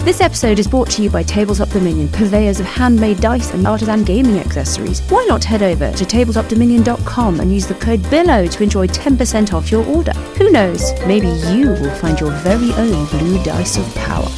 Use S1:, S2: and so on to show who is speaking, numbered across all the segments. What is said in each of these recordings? S1: This episode is brought to you by Tabletop Dominion, purveyors of handmade dice and artisan gaming accessories. Why not head over to tabletopdominion.com and use the code BILLOW to enjoy 10% off your order? Who knows, maybe you will find your very own blue dice of power.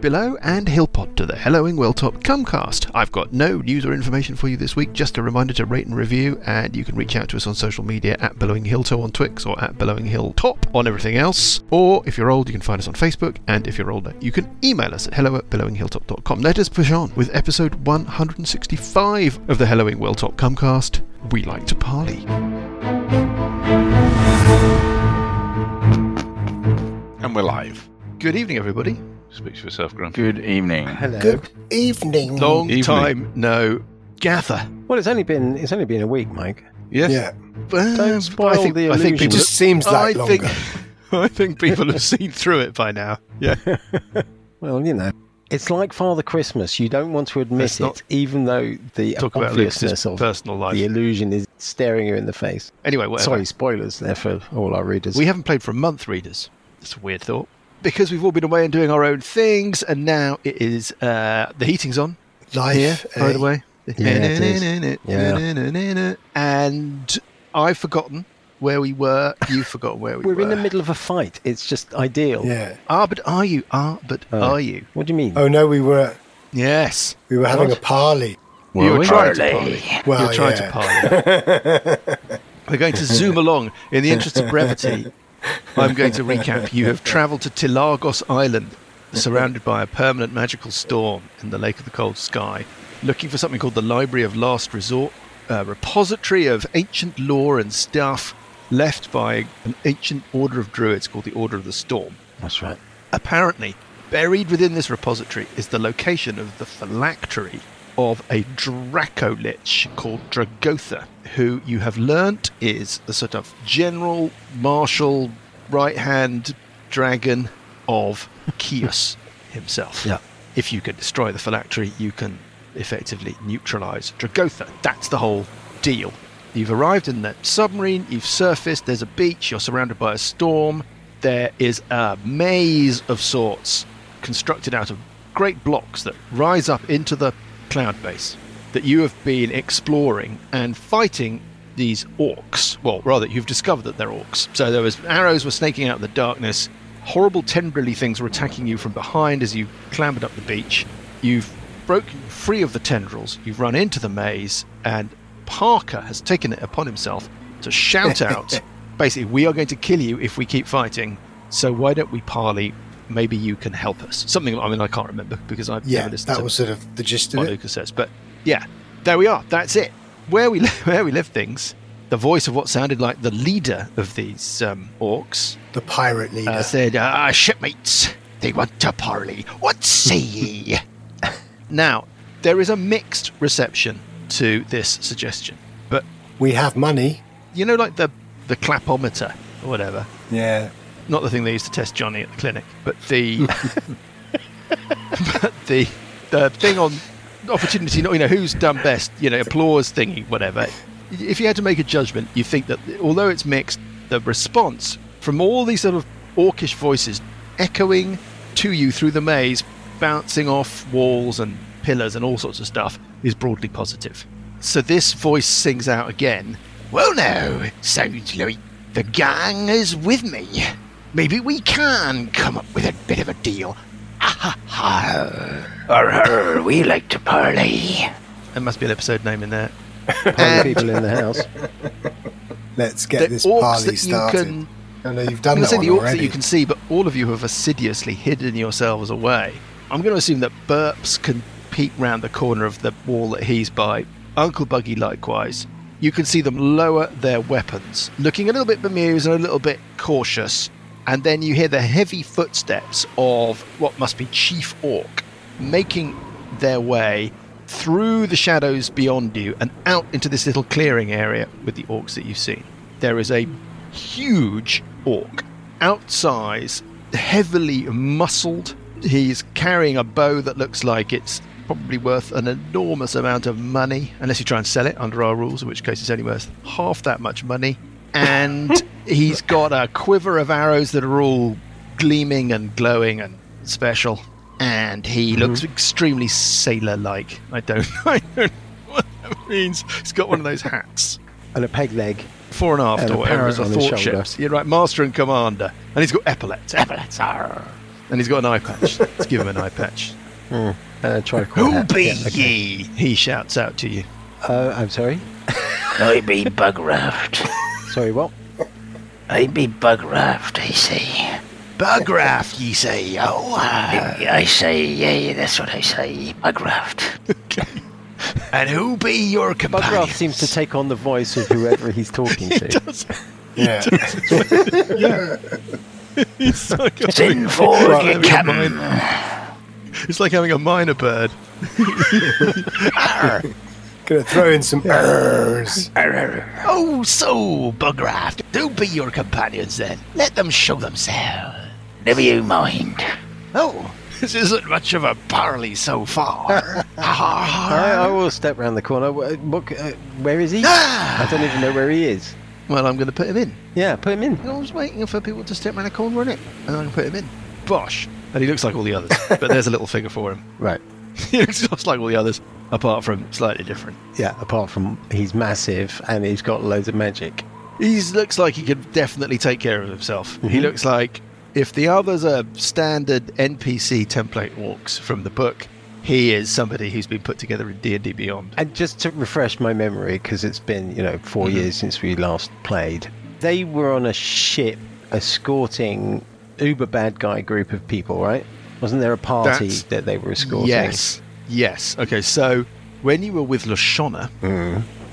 S2: Below and Hillpod to the Helloing Welltop Comcast. I've got no news or information for you this week, just a reminder to rate and review, and you can reach out to us on social media at Billowing Hillto on Twix or at Billowing Hilltop on everything else. Or if you're old, you can find us on Facebook, and if you're older, you can email us at hello at billowinghilltop.com. Let us push on with episode 165 of the Helloing Welltop Comcast. We like to parley.
S3: And we're live.
S2: Good evening, everybody.
S3: Speaks for yourself, Grumpy.
S4: Good evening.
S5: Hello.
S6: Good
S2: Um,
S6: evening.
S2: Long
S3: Evening.
S2: time no gather.
S5: Well, it's only been it's only been a week, Mike.
S3: Yes.
S6: Yeah,
S2: Don't
S5: spoil the illusion.
S6: it just seems
S2: I
S6: like longer.
S2: think I think people have seen through it by now. Yeah,
S5: Well, you know, it's like Father Christmas. You don't want to admit
S2: Let's not
S5: it, even though the
S2: talk about Lucas's
S5: obviousness of
S2: personal life.
S5: the illusion is staring you in the face.
S2: Anyway, whatever.
S5: Sorry, spoilers there for all our readers.
S2: We haven't played for a month, readers. It's a weird thought because we've all been away and doing our own things, and now it is uh, the heating's on
S6: Life,
S2: here. By
S6: eh?
S2: the way,
S5: Yeah, it is.
S2: yeah. and I've forgotten where we were. You've forgotten where we
S5: We're
S2: were.
S5: in the middle of a fight. It's just ideal.
S6: Yeah.
S2: Ah, but are you? Ah, but
S5: Oh.
S2: are you?
S5: What do you mean?
S6: Oh no, we were
S2: Yes.
S6: we were having a parley.
S2: you were
S3: we?
S2: trying to
S4: Parley.
S2: parley.
S6: Well,
S2: You're trying
S6: yeah.
S2: to parley. We're going to zoom along in the interest of brevity. I'm going to recap. You have travelled to Tilagos Island, surrounded by a permanent magical storm in the Lake of the Cold Sky, looking for something called the Library of Last Resort, a repository of ancient lore and stuff left by an ancient order of druids called the Order of the Storm.
S5: That's right.
S2: Apparently, buried within this repository is the location of the phylactery of a Dracolich called Dragotha, who you have learnt is the sort of general martial right hand dragon of Kios himself.
S5: Yeah.
S2: If you can destroy the phylactery, you can effectively neutralize Dragotha. That's the whole deal. You've arrived in the submarine, you've surfaced, there's a beach, you're surrounded by a storm. There is a maze of sorts constructed out of great blocks that rise up into the cloud base that you have been exploring and fighting these orcs. Well, rather, you've discovered that they're orcs. So there was arrows were snaking out of the darkness. Horrible tendrily things were attacking you from behind as you clambered up the beach. You've broken free of the tendrils. You've run into the maze, and Parker has taken it upon himself to shout out, basically, we are going to kill you if we keep fighting. So why don't we parley? Maybe you can help us. Something. I mean, I can't remember because I've
S6: Yeah,
S2: never listened
S6: that
S2: to
S6: was sort of the gist of
S2: what
S6: it.
S2: Lucas says. But yeah, there we are. That's it. Where we where we left things, the voice of what sounded like the leader of these um, orcs
S6: The pirate leader.
S2: uh, said, "Ah, shipmates, they want to parley. What say ye?" now, there is a mixed reception to this suggestion, but
S6: we have money.
S2: you know, like the the clapometer or whatever,
S6: Yeah.
S2: not the thing they used to test Johnny at the clinic, but the but the the thing on opportunity, you know, who's done best, you know, applause thingy, whatever. If you had to make a judgment, you think that although it's mixed, the response from all these sort of orcish voices echoing to you through the maze, bouncing off walls and pillars and all sorts of stuff, is broadly positive. So this voice sings out again. Well, no, sounds like the gang is with me. Maybe we can come up with a bit of a deal.
S4: Arr, we like to parley.
S2: There must be an episode name in there.
S5: Other
S2: And
S5: people in the house.
S6: Let's
S2: the
S6: get this
S2: orcs
S6: parley
S2: that you
S6: started.
S2: can.
S6: I know you've
S2: I'm
S6: done
S2: going to
S6: that
S2: say
S6: one
S2: the orcs
S6: already.
S2: that you can see, but all of you have assiduously hidden yourselves away. I'm going to assume that Burps can peek round the corner of the wall that he's by. Uncle Buggy likewise. You can see them lower their weapons, looking a little bit bemused and a little bit cautious. And then you hear the heavy footsteps of what must be Chief Orc making their way through the shadows beyond you and out into this little clearing area with the orcs that you've seen. There is a huge orc, outsize, heavily muscled, He's carrying a bow that looks like it's probably worth an enormous amount of money, unless you try and sell it under our rules, in which case it's only worth half that much money. And he's got a quiver of arrows that are all gleaming and glowing and special. And he
S5: Mm-hmm.
S2: looks extremely sailor like. I don't, I don't know what that means. He's got one of those hats
S5: and a peg leg.
S2: fore and aft,
S5: And
S2: or
S5: a
S2: whatever as a
S5: parrot on his
S2: thought
S5: shoulder.
S2: ships. You're right, master and commander. And he's got epaulets. Epaulets, arr. And he's got an eye patch. Let's give him an eye patch.
S5: Uh, try to
S2: Who
S5: that.
S2: be
S5: Yeah, okay.
S2: ye? He shouts out to you.
S5: Uh, I'm sorry.
S4: I be Bugraft.
S5: Sorry, what?
S4: I be Bugraft, I say.
S2: Bugraft, ye say. Oh, ah.
S4: I say, yeah, that's what I say, Bugraft.
S2: and who be your companion?
S5: Bugrath seems to take on the voice of whoever he's talking to.
S6: Yeah.
S2: It's like, a-
S4: Sin for your captain.
S2: it's like having a minor bird.
S6: Gonna throw in some errs.
S2: Oh, so, Bugraft, who be your companions then? Let them show themselves.
S4: Never you mind.
S2: Oh, this isn't much of a parley so far.
S5: I, I will step round the corner. Wh- What, c- uh, where is he? I don't even know where he is.
S2: well, I'm going to put him in.
S5: Yeah, put him in.
S2: I was waiting for people to step around the corner in it, and I can put him in. Bosh! And he looks like all the others, but there's a little figure for him.
S5: Right.
S2: He looks just like all the others, apart from slightly different.
S5: Yeah, apart from he's massive and he's got loads of magic.
S2: He looks like he could definitely take care of himself. He looks like if the others are standard NPC template walks from the book, he is somebody who's been put together in D and D Beyond.
S5: And just to refresh my memory, because it's been, you know, 4 years since we last played, they were on a ship escorting uber bad guy group of people, right? Wasn't there a party
S2: That's-
S5: that they were escorting?
S2: Yes, yes. Okay, so when you were with Lashana,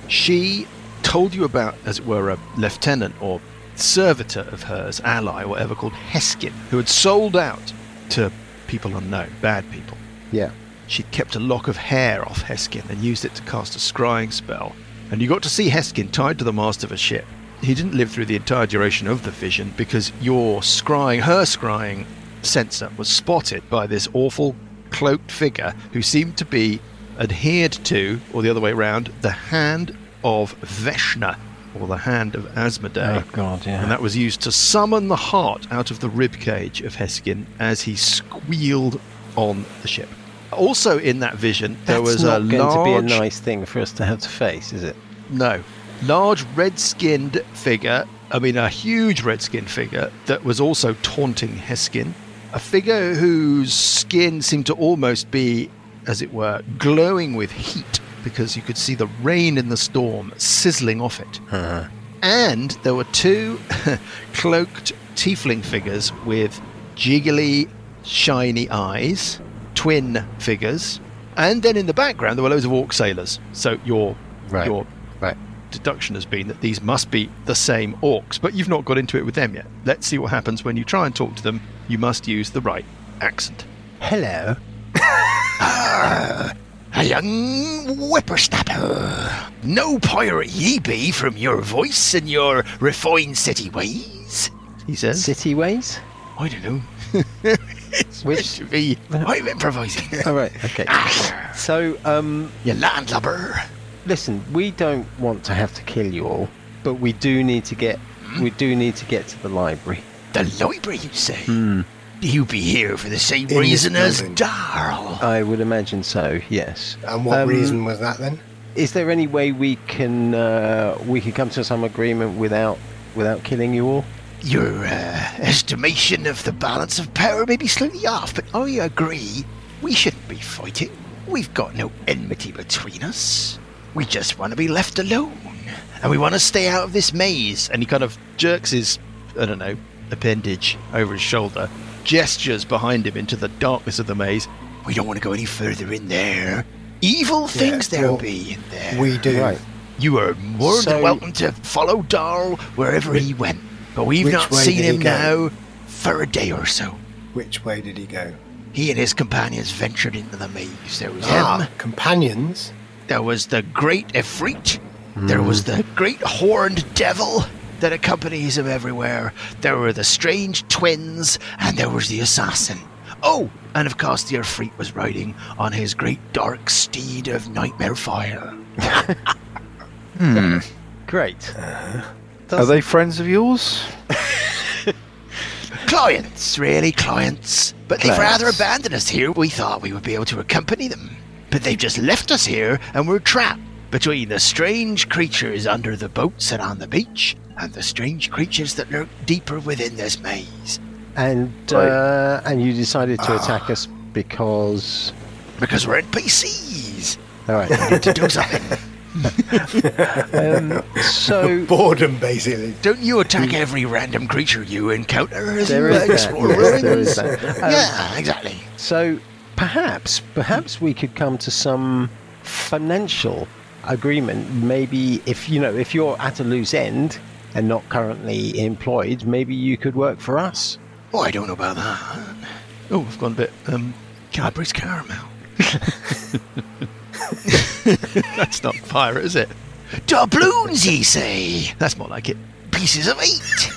S2: she told you about, as it were, a lieutenant or servitor of hers, ally, whatever, called Heskin, who had sold out to people unknown, bad people.
S5: Yeah.
S2: She'd kept a lock of hair off Heskin and used it to cast a scrying spell. And you got to see Heskin tied to the mast of a ship. He didn't live through the entire duration of the vision because your scrying, her scrying sensor was spotted by this awful cloaked figure who seemed to be adhered to, or the other way round, the hand of Veshna, or the hand of Asmodee.
S5: Oh, God, yeah.
S2: And that was used to summon the heart out of the rib cage of Heskin as he squealed on the ship. Also in that vision, there
S5: That's
S2: was
S5: not
S2: a
S5: going
S2: large,
S5: to be a nice thing for us to have to face, is it?
S2: no, large red-skinned figure. I mean, a huge red-skinned figure that was also taunting Heskin, a figure whose skin seemed to almost be, as it were, glowing with heat because you could see the rain in the storm sizzling off it and there were two cloaked tiefling figures with jiggly, shiny eyes, twin figures, and then in the background there were loads of orc sailors. So your
S5: Right.
S2: your
S5: Right.
S2: deduction has been that these must be the same orcs, but you've not got into it with them yet. Let's see what happens when you try and talk to them. You must use the right accent.
S5: Hello.
S2: A young whippersnapper. No pirate ye be from your voice and your refined city ways, he says.
S5: City ways?
S2: I don't know.
S5: Which?
S2: be. I'm improvising.
S5: All right. Okay. So, um,
S2: you landlubber.
S5: listen, we don't want to have to kill you all, but we do need to get we do need to get to the library.
S2: The library, you say?
S4: You be here for the same
S6: In this
S4: reason as
S6: building.
S4: Darl.
S5: I would imagine so. Yes.
S6: And what
S5: Um,
S6: reason was that then?
S5: Is there any way we can uh, we can come to some agreement without without killing you all?
S4: Your uh, estimation of the balance of power may be slightly off, but I agree. We shouldn't be fighting. We've got no enmity between us. We just want to be left alone.
S2: And we want to stay out of this maze. And he kind of jerks his, I don't know, appendage over his shoulder, gestures behind him into the darkness of the maze.
S4: We don't want to go any further in there. Evil things there
S6: well,
S4: be in there.
S6: We do.
S5: Right.
S2: You are
S4: More
S2: more
S4: than
S5: So-
S4: welcome to follow Darl wherever he went, but we've
S6: Which
S4: not
S6: way
S4: seen
S6: did he
S4: him
S6: go?
S4: now for a day or so.
S6: Which way did he go?
S4: He and his companions ventured into the maze. There was
S6: Ah,
S4: him,
S6: companions.
S4: there was the great Efreet, there was
S6: Hmm.
S4: the great horned devil that accompanies him everywhere, there were the strange twins, and there was the assassin. Oh, and of course, the Erfreet was riding on his great dark steed of nightmare fire.
S5: Great.
S3: Are they friends of yours?
S4: Clients, really, clients. But they've
S3: Clients.
S4: rather abandoned us here. We thought we would be able to accompany them. But they've just left us here, and we're trapped between the strange creatures under the boats and on the beach, and the strange creatures that lurk deeper within this maze.
S5: And
S3: Right.
S5: uh, and you decided to attack us because.
S4: Because we're NPCs.
S5: All right.
S4: Need to do something.
S5: Um, so
S6: Boredom, basically.
S4: Don't you attack every random creature you encounter as
S5: there
S4: you
S5: is that.
S4: explore
S5: Yes, there
S4: ruins?
S5: is that. Um,
S4: Yeah, exactly.
S5: So perhaps, perhaps we could come to some financial agreement. Maybe if you know, if you're at a loose end and not currently employed, maybe you could work for us.
S4: Oh, I don't know about that.
S2: Oh, I've gone a bit. Um,
S4: Cadbury's caramel.
S2: that's not pirate, is it?
S4: Doubloons, ye say?
S2: That's more like it.
S4: Pieces of eight.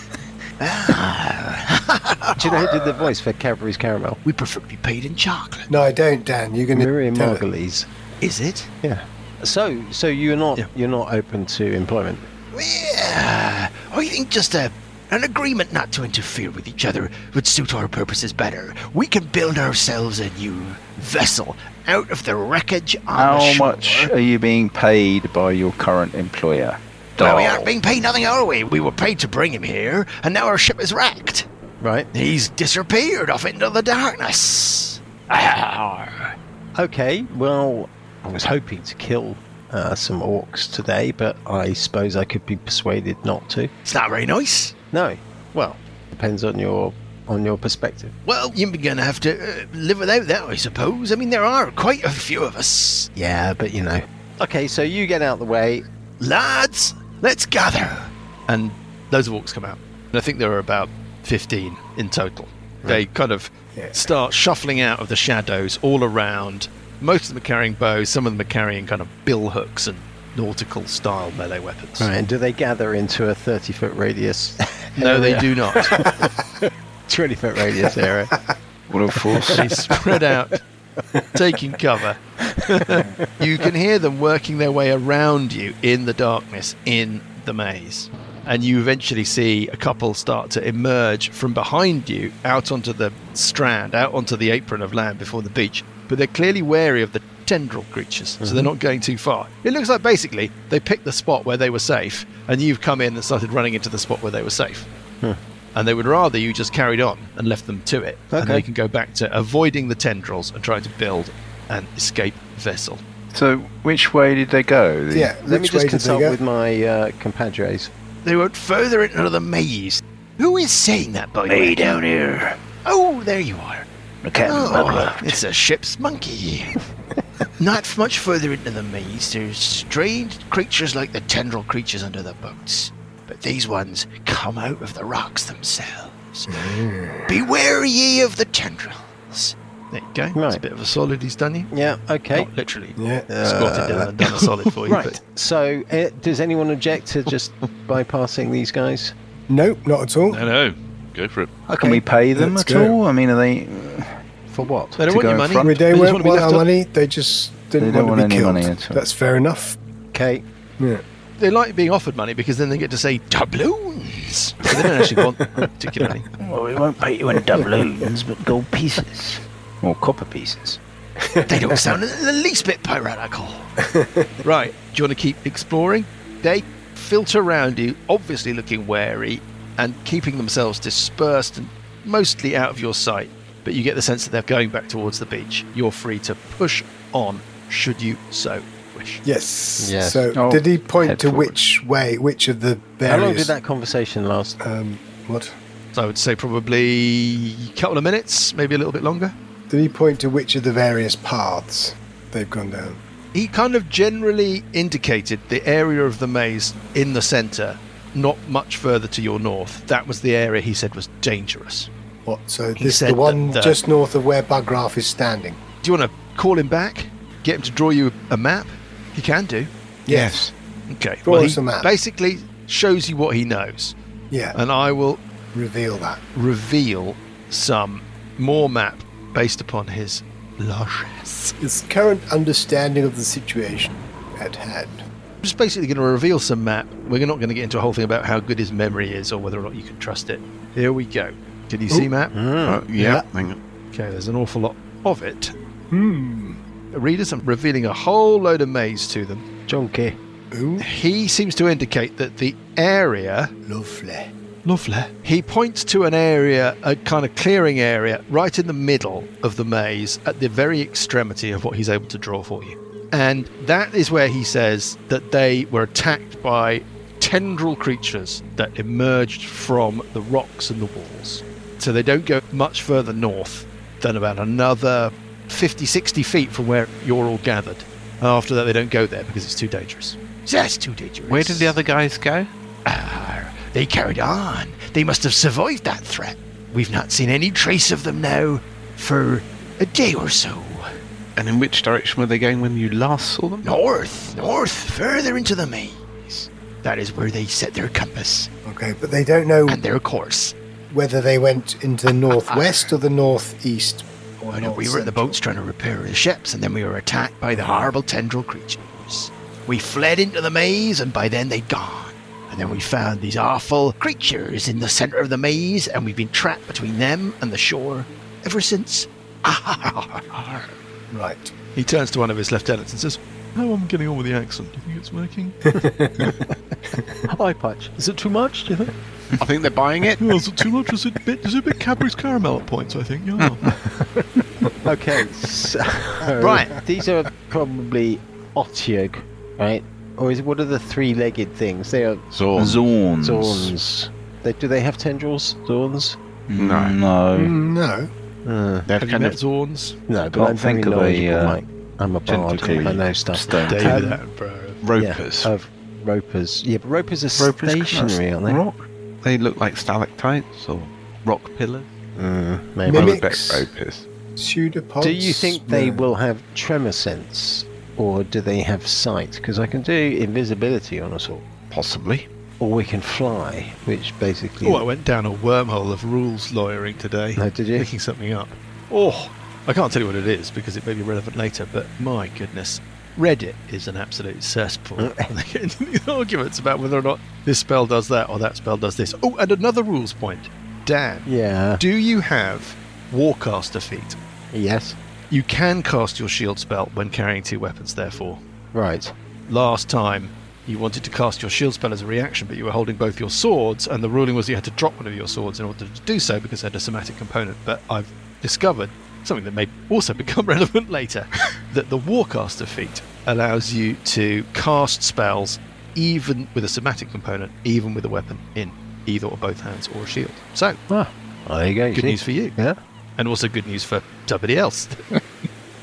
S5: Do you know who did the voice for Cadbury's Caramel?
S4: We prefer to be paid in chocolate.
S6: No, I don't, Dan. You're going to
S5: Miriam Margolyes.
S4: Is it?
S5: Yeah. So, so you're not
S2: Yeah.
S5: you're not open to employment.
S4: Yeah. I think just a, an agreement not to interfere with each other would suit our purposes better. We can build ourselves a new vessel out of the wreckage on the
S3: How
S4: shore.
S3: much are you being paid by your current employer?
S4: Well, we
S3: Doll.
S4: aren't being paid nothing, are we? We were paid to bring him here, and now our ship is wrecked.
S5: Right.
S4: He's disappeared off into the darkness. Arr.
S5: Okay. Well, I was hoping to kill uh, some orcs today, but I suppose I could be persuaded not to.
S4: It's not very nice.
S5: No. Well, depends on your on your perspective.
S4: Well, you're going to have to uh, live without that, I suppose. I mean, there are quite a few of us.
S5: Yeah, but you know. Okay, so you get out the way.
S4: Lads, let's gather.
S2: and loads of orcs come out. And I think there are about 15 in total. They kind of
S6: Yeah.
S2: start shuffling out of the shadows all around. Most of them are carrying bows, some of them are carrying kind of bill hooks and nautical style melee weapons.
S5: Right. And do they gather into a thirty foot radius,
S2: No, they do not.
S5: twenty foot radius area?
S3: What a force.
S2: they spread out, taking cover. you can hear them working their way around you in the darkness, in the maze. And you eventually see a couple start to emerge from behind you out onto the strand, out onto the apron of land before the beach. But they're clearly wary of the tendril creatures, so they're not going too far. It looks like basically they picked the spot where they were safe, and you've come in and started running into the spot where they were safe. And they would rather you just carried on and left them to it. And
S5: Okay.
S2: they can go back to avoiding the tendrils and trying to build an escape vessel.
S3: so, which way did they go? The-
S6: Yeah,
S5: Let me
S6: which way
S5: just
S6: did they
S5: consult
S6: go?
S5: with my uh, compadres.
S4: They went further into the maze. Who is saying that, by the way?
S7: Me down here.
S4: Oh, there you are.
S7: I can't remember.
S4: Oh, it's a ship's monkey. Not much further into the maze, there's strange creatures like the tendril creatures under the boats. But these ones come out of the rocks themselves. Beware ye of the tendrils.
S2: There you go. It's a
S5: Right.
S2: bit of a solid he's done you.
S5: Yeah. Okay.
S2: Not literally
S6: Yeah.
S2: squatted down and done a solid for you.
S5: Right. So, uh, does anyone object to just bypassing these guys?
S6: Nope, not at all.
S8: No, no. Go for it.
S3: Can we pay them
S6: Let's
S3: at
S6: go.
S3: all? I mean, are they.
S5: For
S2: But
S5: what?
S2: they don't
S3: To
S2: want
S3: go
S2: your
S3: in
S2: money.
S3: front.
S6: Where they
S2: just
S6: weren't
S2: want to be
S6: want our
S2: left up.
S6: money, they just didn't
S3: They don't
S6: want to
S3: want
S6: be
S3: any
S6: killed.
S3: money at all.
S6: That's fair enough.
S5: Okay.
S6: Yeah.
S2: They like being offered money because then they get to say doubloons. So they don't actually want particularly.
S7: Well, we won't pay you in doubloons, but gold pieces.
S3: Or copper pieces?
S4: They don't sound in the least bit piratical.
S2: Right. Do you want to keep exploring? They filter around you, obviously looking wary and keeping themselves dispersed and mostly out of your sight. But you get the sense that they're going back towards the beach. You're free to push on should you so wish.
S6: Yes.
S5: Yes.
S6: So
S3: Oh,
S6: did he point
S3: head
S6: to
S3: forward.
S6: which way, which of the
S5: How long did
S6: various...
S5: that conversation last?
S6: Um, what?
S2: So I would say probably a couple of minutes, maybe a little bit longer.
S6: Did he point to which of the various paths they've gone down?
S2: He kind of generally indicated the area of the maze in the centre, not much further to your north. That was the area he said was dangerous.
S6: What? So
S2: He
S6: this
S2: said
S6: the one
S2: that the-
S6: just north of where Bugraf is standing.
S2: Do you want to call him back? Get him to draw you a map? He can do.
S6: Yes.
S2: Okay.
S6: Draw
S2: he
S6: us a map.
S2: basically shows you what he knows,
S6: Yeah.
S2: and I will
S6: Reveal that.
S2: reveal some more map based upon his largesse.
S6: His current understanding of the situation at hand.
S2: I'm just basically going to reveal some map. We're not going to get into a whole thing about how good his memory is or whether or not you can trust it. Here we go. Can you see map?
S6: Ah.
S8: Uh, yeah, hang on.
S2: Okay, there's an awful lot of it. Hmm. Readers, I'm revealing a whole load of maze to them.
S5: Junkie.
S2: He seems to indicate that the area
S6: Lovely.
S2: Lovely. He points to an area, a kind of clearing area, right in the middle of the maze, at the very extremity of what he's able to draw for you. And that is where he says that they were attacked by tendril creatures that emerged from the rocks and the walls. So they don't go much further north than about another 50, 60 feet from where you're all gathered. After that, they don't go there because it's too dangerous.
S4: That's too dangerous.
S8: Where did the other guys go?
S4: Ah, they carried on. They must have survived that threat. We've not seen any trace of them now for a day or so.
S8: And in which direction were they going when you last saw them?
S4: North, north, further into the maze. That is where they set their compass
S6: Okay, but they don't know
S4: and their course.
S6: whether they went into the northwest or the northeast. Or
S4: Well, no, we
S6: north
S4: were at the
S6: central.
S4: boats trying to repair the ships, and then we were attacked by the horrible tendril creatures. We fled into the maze, and by then they'd gone. And then we found these awful creatures in the center of the maze, and we've been trapped between them and the shore ever since.
S6: Right.
S2: He turns to one of his lieutenants and says, How am I getting on with the accent? Do you think it's working?
S5: Eye patch. Is it too much? Do you think?
S8: I think they're buying it.
S2: Well, is it too much? Is it bit? Is it bit Cadbury's caramel at points? I think.
S8: Hmm.
S2: Yeah.
S5: Okay. So
S4: Right.
S5: These are probably Otyug, right? Or is what are the three-legged things? They are
S8: Zorn.
S9: Mm.
S3: Zorns.
S5: Zorns. They, do they have tendrils? Zorns?
S8: No.
S3: No.
S6: Mm, No.
S5: Uh,
S8: They're
S2: Have you
S8: kind
S2: met
S8: of
S2: Zorns?
S5: no, but
S3: Can't
S5: I'm very
S3: think of a,
S5: knowledgeable,
S3: uh,
S5: Mike. I'm a bard.
S3: Tentacly
S5: Oh, I know stuff.
S3: stone.
S2: David
S5: Um,
S2: Attenborough.
S8: ropers.
S5: Yeah, of ropers. Yeah, but ropers are
S8: Ropers kind of
S5: stationary, aren't they?
S8: Rock. They look like stalactites or rock pillars.
S5: Mm,
S8: I
S5: maybe.
S8: would bet
S6: Mimics.
S8: ropers.
S6: Pseudopods.
S5: Do you think they
S6: No.
S5: will have tremor sense, or do they have sight? Because I can do invisibility on us all,
S8: Possibly.
S5: or we can fly, which basically.
S2: Oh, I went down a wormhole of rules lawyering today,
S5: No, Oh, did you?
S2: picking something up. Oh, I can't tell you what it is because it may be relevant later. But my goodness, Reddit is an absolute cesspool. And they get into these arguments about whether or not this spell does that or that spell does this. Oh, and another rules point. Dan,
S5: Yeah.
S2: do you have Warcaster feat?
S5: Yes.
S2: You can cast your shield spell when carrying two weapons, therefore.
S5: Right.
S2: Last time, you wanted to cast your shield spell as a reaction, but you were holding both your swords, and the ruling was you had to drop one of your swords in order to do so because it had a somatic component. But I've discovered something that may also become relevant later that the Warcaster feat allows you to cast spells even with a somatic component, even with a weapon in either or both hands or a shield. So,
S5: Ah, there you go. you
S2: good
S5: see.
S2: news for you,
S5: Yeah.
S2: and also good news for somebody else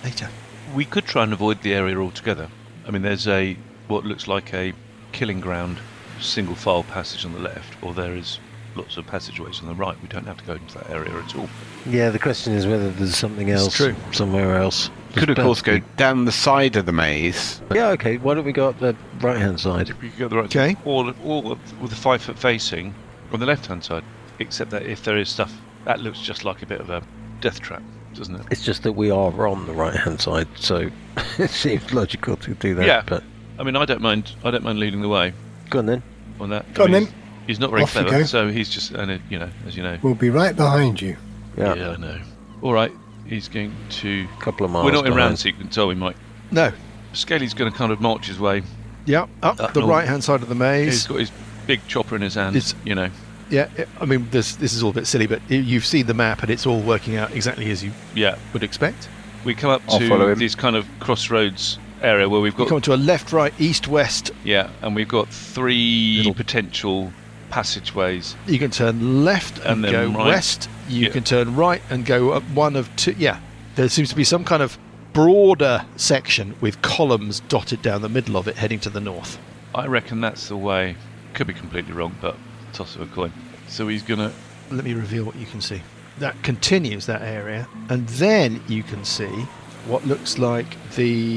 S2: later.
S8: We could try and avoid the area altogether. I mean, there's a what looks like a killing ground, single file passage on the left, or there is lots of passageways on the right. We don't have to go into that area at all.
S5: Yeah. The question is whether there's something
S2: It's
S5: else
S2: true.
S5: somewhere else.
S9: Could, of
S5: There's
S9: course, go
S5: bound
S9: down the side of the maze.
S5: to be- Yeah. Okay. Why don't we go up the right-hand side?
S8: We could go the right
S2: Okay.
S8: or, or with the five foot facing on the left hand side. Except that if there is stuff that looks just like a bit of a death trap, doesn't it?
S5: It's just that we are on the right-hand side, so it seems logical to do that.
S8: Yeah.
S5: But
S8: I mean, I don't mind. I don't mind leading the way
S5: go on then.
S8: on that.
S6: Go
S8: I
S6: on
S8: mean,
S6: then.
S8: He's, he's not very
S6: Off you
S8: clever,
S6: go.
S8: so he's just and uh, you know, as you know.
S6: We'll be right behind you.
S5: Yeah.
S8: I know. All right, he's going to.
S5: couple of miles.
S8: We're not in round
S5: behind.
S8: sequence, are we, Mike?
S2: No.
S8: Scaly's going to kind of march his way.
S2: Yeah, up
S5: Uh,
S8: Up
S2: the
S8: north.
S2: right hand side of the maze.
S8: he's got his big chopper in his hand.
S2: It's-
S8: you know,
S2: Yeah, it- I mean, this this is all a bit silly, but y- you've seen the map and it's all working out exactly as you
S8: yeah.
S2: would expect.
S8: We come up
S3: I'll follow
S8: to
S3: him.
S8: this kind of crossroads area where we've
S2: You
S8: got
S2: come to a left, right, east, west.
S8: yeah, and we've got three
S2: Little-
S8: potential passageways.
S2: You can turn left and,
S8: And then
S2: go
S8: right.
S2: west. You
S8: Yeah.
S2: can turn right and go up one of two. Yeah, there seems to be some kind of broader section with columns dotted down the middle of it, heading to the north.
S8: I reckon that's the way. Could be completely wrong, but toss of a coin. So he's going to
S2: Let me reveal what you can see. That continues that area, and then you can see what looks like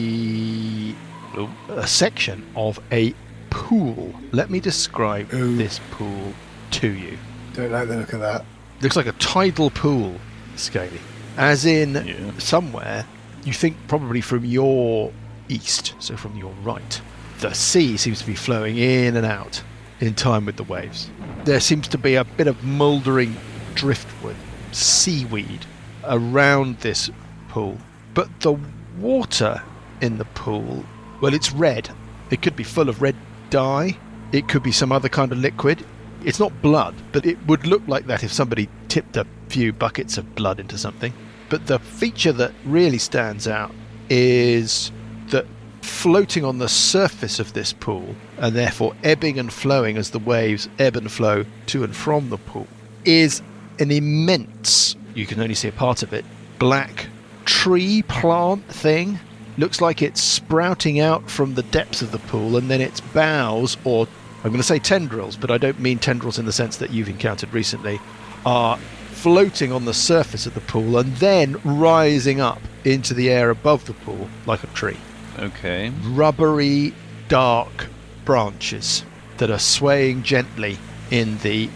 S2: the
S8: Oh.
S2: a section of a pool. Let me describe
S6: Ooh.
S2: this pool to you.
S6: Don't like the look of that.
S2: Looks like a tidal pool, Scaly. as in
S8: Yeah.
S2: somewhere you think probably from your east, so from your right. The sea seems to be flowing in and out in time with the waves. There seems to be a bit of mouldering driftwood, seaweed around this pool, but the water in the pool, well, it's red. It could be full of red dye, it could be some other kind of liquid. It's not blood, but it would look like that if somebody tipped a few buckets of blood into something. But the feature that really stands out is that floating on the surface of this pool, and therefore ebbing and flowing as the waves ebb and flow to and from the pool, is an immense, you can only see a part of it, black tree plant thing. Looks like it's sprouting out from the depths of the pool, and then its boughs, or I'm going to say tendrils, but I don't mean tendrils in the sense that you've encountered recently, are floating on the surface of the pool and then rising up into the air above the pool like a tree
S8: Okay.
S2: rubbery, dark branches that are swaying gently in the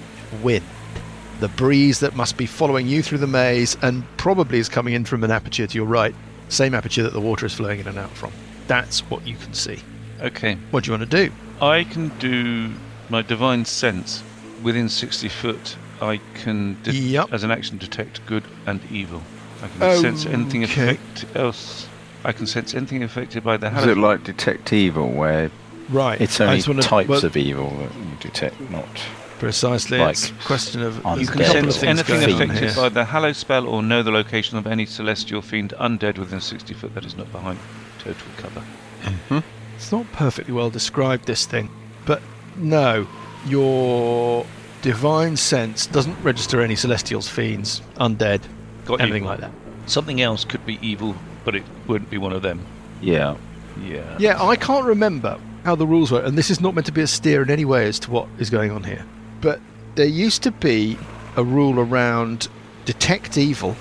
S2: wind. The breeze that must be following you through the maze and probably is coming in from an aperture to your right, same aperture that the water is flowing in and out from. That's what you can see.
S8: Okay.
S2: What do you want to do?
S8: I can do my divine sense within 60 foot. I can, de-
S2: Yep.
S8: as an action, detect good and evil. I can
S2: Oh,
S8: sense anything
S2: okay.
S8: affect else. I can sense anything affected by the
S3: Is it
S8: halif-
S3: like Detect Evil, where
S2: Right.
S3: it's only types of evil that you detect, not.
S2: precisely.
S3: like,
S2: it's a question of
S3: on
S8: You
S2: there's a
S8: can
S3: Yeah,
S2: couple of
S8: sense
S3: but-
S2: things
S8: anything
S2: going on
S8: affected
S2: here.
S8: by the hallow spell or know the location of any celestial fiend undead within 60 foot that is not behind total cover.
S2: It's not perfectly well described, this thing, but no, your divine sense doesn't register any celestials, fiends, undead,
S8: Got
S2: anything
S8: you.
S2: like that.
S8: Something else could be evil, but it wouldn't be one of them.
S3: Yeah.
S8: Yeah.
S2: Yeah, I can't remember how the rules were, and this is not meant to be a steer in any way as to what is going on here. But there used to be a rule around detect evil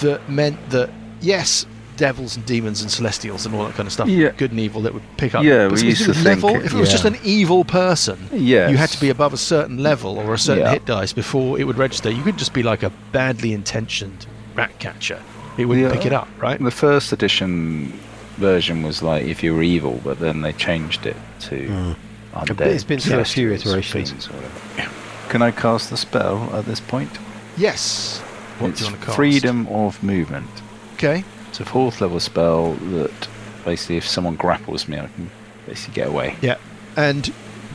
S2: that meant that, yes, devils and demons and celestials and all that kind of stuff,
S3: Yeah.
S2: good and evil, that would pick up.
S3: Yeah,
S2: but
S3: we
S2: specific
S3: used to think
S2: level,
S3: it-
S2: if it was
S3: yeah.
S2: just an evil person,
S3: Yes.
S2: you had to be above a certain level or a certain
S3: Yeah.
S2: hit dice before it would register. You could just be like a badly intentioned rat catcher. It wouldn't
S3: Yeah.
S2: pick it up, right?
S3: The first edition version was like if you were evil, but then they changed it to undead.
S5: It's been through a few
S3: celestials,
S5: iterations.
S3: fiends, or whatever. Can I cast the spell at this point?
S2: Yes. What
S3: it's
S2: do you want to cast?
S3: Freedom of movement.
S2: Okay.
S3: It's a fourth level spell that basically, if someone grapples me, I can basically get away.
S2: Yeah. And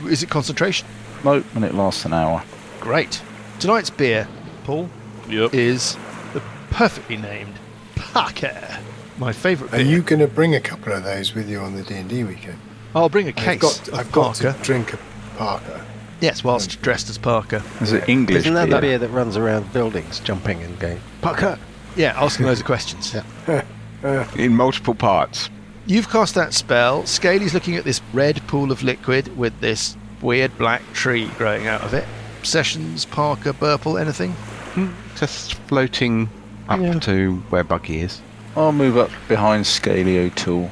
S2: is it concentration?
S3: Nope, and it lasts an hour.
S2: Great. Tonight's beer, Paul,
S8: Yep.
S2: is the perfectly named Parker. My favourite
S6: Are
S2: beer.
S6: you going to bring a couple of those with you on the D and D weekend?
S2: I'll bring a case
S6: I've got,
S2: of
S6: I've got
S2: Parker.
S6: to drink a Parker.
S2: Yes, whilst dressed as Parker.
S3: Is it English?
S5: Isn't that
S3: beer?
S5: the beer that runs around buildings, jumping and going, Pucker?
S2: Yeah, asking loads of questions.
S5: Yeah.
S9: in multiple parts.
S2: You've cast that spell. Scaly's looking at this red pool of liquid with this weird black tree growing out of it. Sessions, Parker, Burple, anything?
S9: Just floating up to where Buggy is.
S3: I'll move up behind Scaly O'Toole.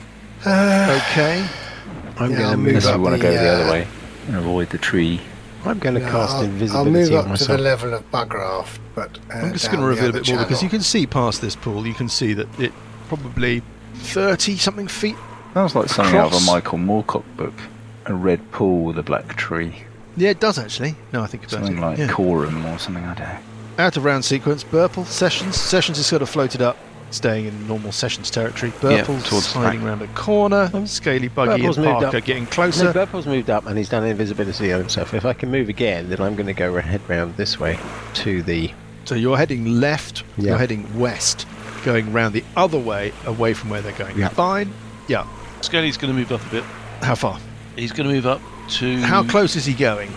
S2: Okay.
S5: I'm
S6: Yeah,
S5: going to
S6: I'll
S5: move
S3: Unless
S5: up.
S3: we
S6: up
S3: want to
S6: the,
S3: go the
S6: uh,
S3: other way and avoid the tree.
S5: I'm going to
S6: Yeah,
S5: cast
S6: I'll- I'll
S5: invisibility
S6: move
S5: on
S6: up to the
S5: myself.
S6: level of Bugraft, but uh,
S2: I'm just
S6: down
S2: going to
S6: the
S2: reveal a
S6: other
S2: bit more because you can
S6: channel.
S2: see past this pool. You can see that it probably 30 something feet
S3: Sounds like something out of
S2: Cross.
S3: a Michael Moorcock book. A red pool with a black tree.
S2: Yeah, it does actually. No, I think about
S3: Something
S2: it.
S3: like
S2: yeah.
S3: Corum or something, I don't know.
S2: Out of round sequence, Burple, Sessions. Sessions is sort of floated up, staying in normal Sessions territory.
S9: Yeah,
S2: Burple's
S9: towards the
S2: sliding
S9: back.
S2: around a corner. Scaly Buggy
S5: Burple's
S2: and
S5: Um, moved
S2: Parker
S5: up.
S2: getting
S5: No,
S2: closer.
S5: Burple's moved up and he's done invisibility on himself. If I can move again, then I'm going to go ra- head round this way to the.
S2: so you're heading left,
S5: Yeah.
S2: you're heading west, going round the other way, away from where they're going.
S5: Yeah.
S2: Fine. Yeah.
S8: Skelly's going to move up a bit.
S2: How far?
S8: He's going to move up to
S2: How close is he going?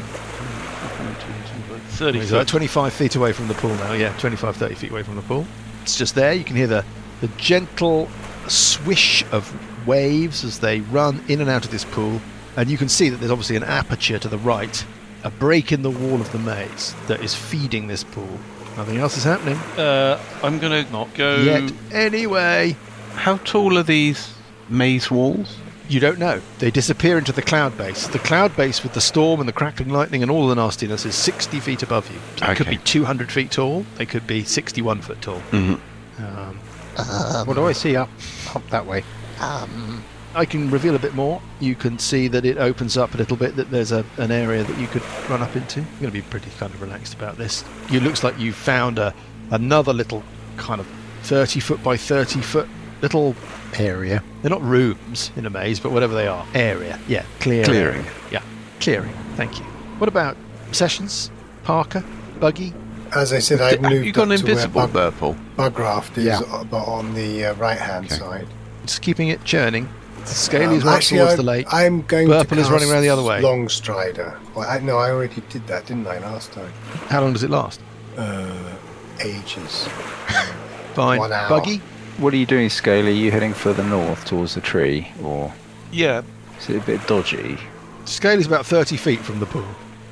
S8: Thirty
S2: He's about
S8: foot.
S2: 25 feet away from the pool now. Yeah, 25, 30 feet away from the pool. It's just there. You can hear the, the gentle swish of waves as they run in and out of this pool. And you can see that there's obviously an aperture to the right, a break in the wall of the maze that is feeding this pool. Nothing else is happening
S8: Uh, I'm going to not go.
S2: yet. Anyway,
S9: How tall are these maze walls?
S2: you don't know. They disappear into the cloud base. The cloud base with the storm and the crackling lightning and all the nastiness is 60 feet above you. So They could
S9: Okay.
S2: be 200 feet tall. They could be 61 foot tall. Um,
S5: what do I see up up that way?
S2: I can reveal a bit more. You can see that it opens up a little bit. That there's a, an area that you could run up into. You're going to be pretty kind of relaxed about this. You looks like you found a another little kind of 30 foot by 30 foot little.
S5: Area.
S2: They're not rooms in a maze, but whatever they are, area. Yeah, clear.
S3: Clearing.
S2: Yeah, clearing. Thank you. What about sessions? Parker, buggy.
S6: As I said, I moved
S9: you got an
S6: up to where
S9: invisible
S6: bug,
S9: purple.
S6: bug raft is,
S5: Yeah.
S6: uh, but on the uh, right-hand side.
S2: Just keeping it churning. Scaly's
S6: Um,
S2: is right
S6: actually,
S2: towards
S6: I-
S2: the lake.
S6: I'm going to
S2: Purple is running
S6: cast
S2: around the other way.
S6: Long Strider. Well, I, no, I already did that, didn't I, last time?
S2: How long does it last?
S6: Uh, ages.
S2: Fine.
S6: One hour.
S2: Buggy.
S3: What are you doing, Scaly? Are you heading further north towards the tree, or
S8: Yeah,
S3: is it a bit dodgy?
S2: Scaly's about 30 feet from the pool.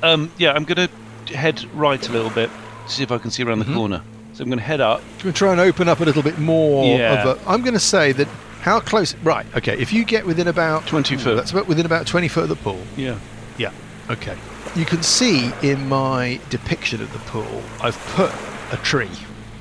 S8: um, yeah. I'm gonna head right a little bit, see if I can see around the corner. So I'm gonna head up.
S2: Do you want to try and open up a little bit more?
S8: Yeah.
S2: Of a, I'm going to say that how close. Right. Okay. If you get within about
S8: 20
S2: Ooh,
S8: foot.
S2: That's about within about 20 foot of the pool.
S8: Yeah.
S2: Yeah. Okay. You can see in my depiction of the pool, I've put a tree.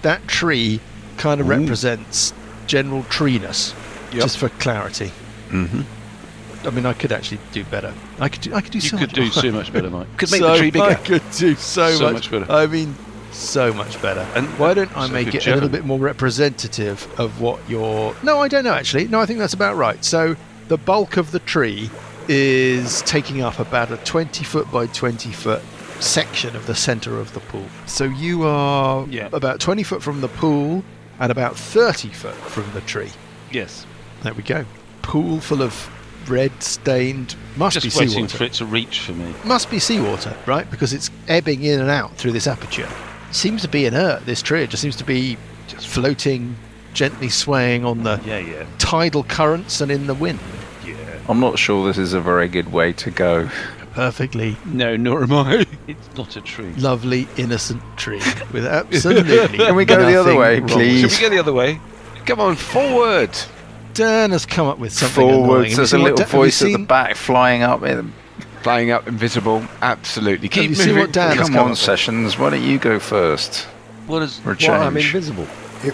S2: That tree kind of represents general treeness, just for clarity.
S9: Mm-hmm.
S2: I mean, I could actually do better. I could do. I could do
S8: You
S2: so
S8: could
S2: much
S8: do
S2: more.
S8: so much better, Mike.
S7: Could make
S2: so
S7: the tree
S2: I
S7: bigger.
S2: could do so,
S8: So much
S2: much
S8: better.
S2: I mean, so much better. And
S8: And-
S2: why don't I
S8: so
S2: make
S8: good
S2: it a little
S8: German.
S2: bit more representative of what your? No, I don't know actually. No, I think that's about right. So the bulk of the tree is taking up about a 20 foot by 20 foot section of the center of the pool. So you are
S8: Yeah.
S2: about 20 foot from the pool and about 30 foot from the tree.
S8: Yes.
S2: There we go. Pool full of red stained must be
S8: Just
S2: seawater
S8: waiting for it to reach for me.
S2: must be seawater, right? Because it's ebbing in and out through this aperture. Seems to be inert, this tree. It just seems to be just floating, gently swaying on the
S8: Yeah, yeah,
S2: tidal currents and in the wind.
S8: yeah.
S3: I'm not sure this is a very good way to go.
S2: Perfectly
S8: No, nor am I. It's not a tree.
S2: lovely, innocent tree with absolutely.
S3: Can we go the other
S2: nothing
S3: way,
S2: wrong with
S3: please?
S9: Should
S2: it.
S9: we go the other way? Come on, forward.
S2: Dan has come up with something annoying.
S3: Forwards,
S2: Have
S3: there's
S2: you
S3: a
S2: seen
S3: little
S2: what Dan- have you
S3: voice at the
S2: seen-
S3: back flying up. in-
S9: Flying up, invisible. Absolutely. Keep
S2: you
S9: moving.
S2: seen what Dan- has
S3: Come
S2: come
S3: on,
S2: up.
S3: Sessions. Why don't you go first?
S8: What is?
S3: For a
S5: Well, I'm
S3: change.
S5: invisible.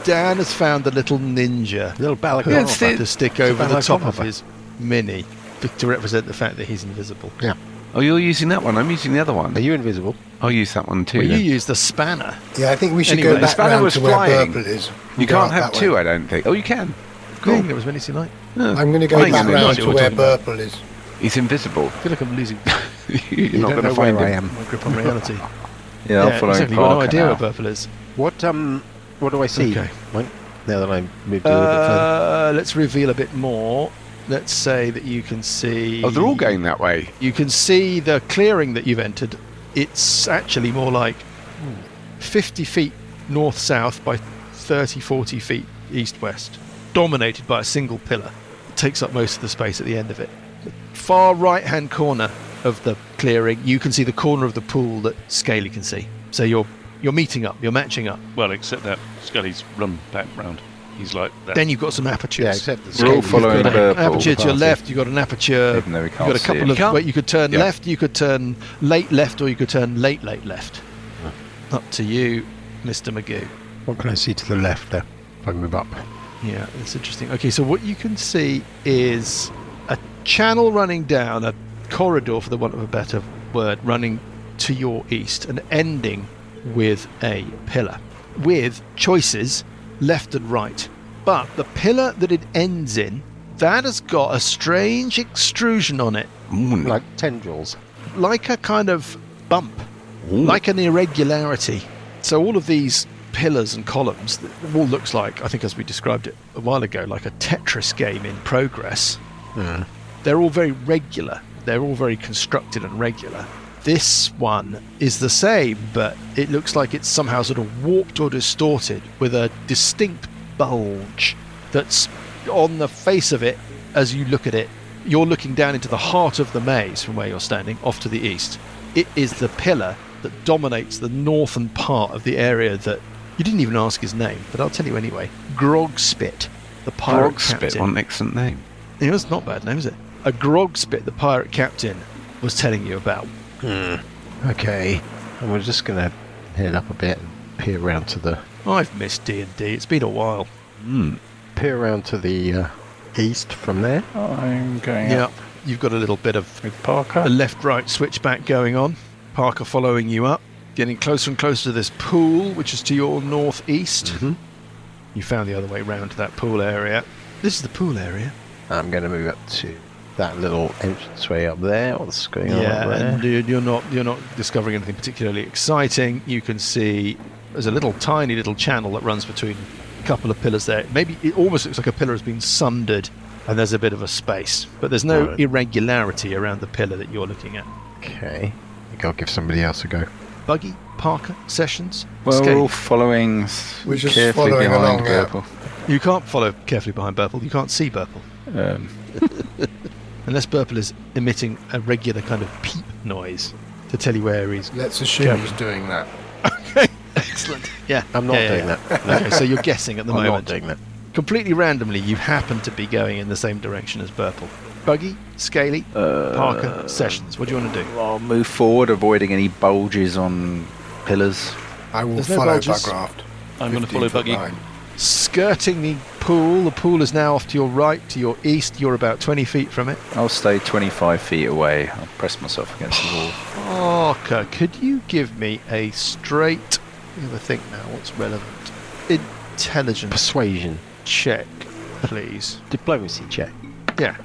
S2: Dan has found the little ninja
S5: Little balaclava.
S2: hoop to stick over the top of
S5: balaclava.
S2: his mini to- to represent the fact that he's invisible.
S9: oh, you're using that one. I'm using the other
S5: Are
S9: one.
S5: you invisible?
S9: I'll use that one too.
S2: Well, you
S9: then. you
S2: use the spanner.
S6: Yeah, I think we should
S2: Anyway,
S6: go back
S9: Spanner
S6: round
S9: was
S6: to where
S9: flying.
S6: Purple is.
S9: can't have two, I don't think. Oh, you can.
S2: Cool.
S9: Cool.
S2: There was many as you like.
S9: Yeah.
S6: I'm going to go
S9: Flying
S6: back
S9: is
S6: round
S9: not
S6: to
S9: what we're
S6: where
S9: talking about.
S6: Purple is.
S9: He's invisible.
S2: I feel like I'm losing
S9: You're
S5: You don't
S9: not going to
S5: know where
S9: find
S5: I
S9: him.
S5: am.
S2: my grip on reality.
S3: Yeah, I'm following
S2: exactly. You've got
S3: Parker
S2: no idea
S3: now.
S2: where Purple is.
S5: What um, what do I see?
S2: Okay.
S5: Mike, now that I moved a little bit further.
S2: Uh, let's reveal a bit more. Let's say that you can see.
S9: Oh, they're all going that way.
S2: You can see the clearing that you've entered. It's actually more like 50 feet north south by 30, 40 feet east west, dominated by a single pillar. It takes up most of the space at the end of it. The far right hand corner of the clearing, you can see the corner of the pool that Scaly can see. So you're you're meeting up, you're matching up.
S8: Well, except that Scully's run back round. He's like that.
S2: Then you've got some apertures.
S5: Yeah, except the
S3: We're all
S5: scaly-
S3: following
S2: You've got an
S3: Purple.
S2: aperture to your
S5: Party.
S2: left. You've got an aperture.
S3: Even though we
S2: you've
S3: can't
S2: got a
S3: see
S2: couple
S3: it.
S2: of.
S9: Can't-
S2: Well, you could turn
S9: Yeah.
S2: left. You could turn late left, or you could turn late late left. Up to you, Mr. Magoo.
S5: What can I see to the left there? If I move up.
S2: Yeah, it's interesting. Okay, so what you can see is a channel running down, a corridor, for the want of a better word, running to your east and ending with a pillar with choices left and right. But the pillar that it ends in, that has got a strange extrusion on it,
S9: Mm.
S5: Like tendrils.
S2: like a kind of bump,
S9: Ooh.
S2: like an irregularity. So all of these pillars and columns, the wall looks like, I think as we described it a while ago, like a Tetris game in progress. They're all very regular. They're all very constructed and regular. This one is the same, but it looks like it's somehow sort of warped or distorted with a distinct bulge that's on the face of it as you look at it. You're looking down into the heart of the maze from where you're standing, off to the east. It is the pillar that dominates the northern part of the area that you didn't even ask his name, but I'll tell you anyway. Grogspit, the pirate
S9: Grogspit,
S2: captain.
S9: what an excellent name.
S2: You know, it's not a bad name, is it? A Grogspit, the pirate captain, was telling you about.
S5: Okay. And we're just going to head up a bit and peer around to the
S2: I've missed D and D. It's been a while.
S5: Peer around to the uh, east from there.
S3: I'm going
S2: Yeah.
S3: up
S2: You've got a little bit of
S3: with
S2: a
S3: Parker.
S2: left-right switchback going on. Parker following you up, getting closer and closer to this pool, which is to your northeast. You found the other way round to that pool area. This is the pool area.
S5: I'm going to move up to that little entranceway up there. What's going on up there?
S2: and you- you're not you're not discovering anything particularly exciting. You can see there's a little tiny little channel that runs between a couple of pillars there. Maybe it almost looks like a pillar has been sundered, and there's a bit of a space, but there's no
S5: Right.
S2: irregularity around the pillar that you're looking at.
S5: Okay. I think I'll give somebody else a go.
S2: Buggy, Parker, Sessions,
S3: Well,
S2: Skate.
S3: we're all following s-
S6: We're just
S3: carefully
S6: following
S3: behind
S6: along, yeah.
S3: Gerbil.
S2: You can't follow carefully behind Burple. You can't see Burple.
S3: Um,
S2: Unless Burple is emitting a regular kind of peep noise to tell you where he's.
S6: Let's assume
S2: Okay.
S6: he's doing that.
S2: Excellent. Yeah.
S5: I'm not
S2: yeah, yeah,
S5: doing
S2: yeah.
S5: that.
S2: Okay, so you're guessing at the
S5: I'm not
S2: moment.
S5: doing that.
S2: Completely randomly, you happen to be going in the same direction as Burple. Buggy, Scaly, Parker, Sessions. What do you want to do?
S3: I'll move forward, avoiding any bulges on pillars.
S6: I will
S2: There's no
S6: follow
S2: bulges.
S6: Bugraft.
S8: I'm going to
S6: 15
S8: follow
S6: foot
S8: Buggy.
S6: line.
S2: Skirting the pool. The pool is now off to your right, to your east. You're about 20 feet from it.
S3: I'll stay 25 feet away. I'll press myself against the wall.
S2: Parker, could you give me a straight. Let me have a think now. What's relevant? Intelligence.
S5: Persuasion.
S2: check, please.
S5: Diplomacy check.
S2: Yeah,